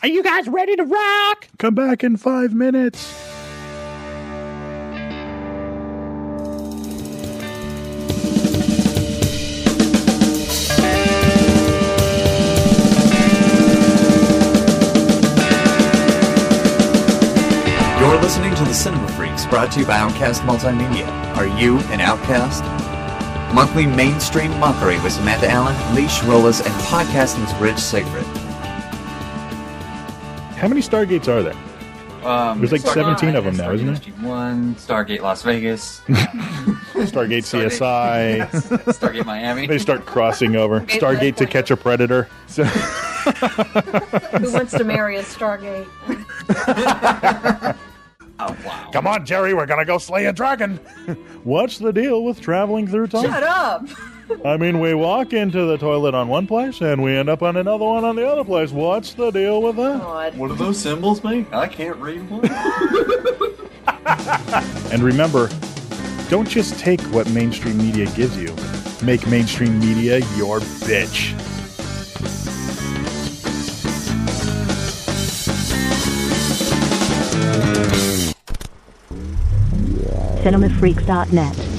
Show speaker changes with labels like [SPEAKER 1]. [SPEAKER 1] Are you guys ready to rock?
[SPEAKER 2] Come back in five minutes.
[SPEAKER 3] You're listening to The Cinema Freaks, brought to you by Outcast Multimedia. Are you an outcast? Monthly mainstream mockery with Samantha Allen, Lee Schrolas, and podcasting's Rich Sigrid.
[SPEAKER 2] How many Stargates are there?
[SPEAKER 4] Um,
[SPEAKER 2] There's like
[SPEAKER 4] Stargate-
[SPEAKER 2] 17 of them now,
[SPEAKER 4] Stargate
[SPEAKER 2] isn't there?
[SPEAKER 4] SG-1, Stargate Las Vegas,
[SPEAKER 2] Stargate CSI.
[SPEAKER 4] Stargate Miami.
[SPEAKER 2] They start crossing over.
[SPEAKER 5] Wait,
[SPEAKER 2] Stargate to
[SPEAKER 5] what?
[SPEAKER 2] catch a predator. So,
[SPEAKER 5] Who wants to marry a Stargate?
[SPEAKER 4] Oh, wow.
[SPEAKER 2] come on, Jerry, we're gonna go slay a dragon. What's the deal with traveling through time?
[SPEAKER 5] Shut up!
[SPEAKER 2] I mean, we walk into the toilet on one place and we end up on another one on the other place. What's the deal with that?
[SPEAKER 5] God.
[SPEAKER 3] What do those symbols make? I can't read one.
[SPEAKER 2] And remember, don't just take what mainstream media gives you. Make mainstream media your bitch.
[SPEAKER 6] cinemafreaks.net.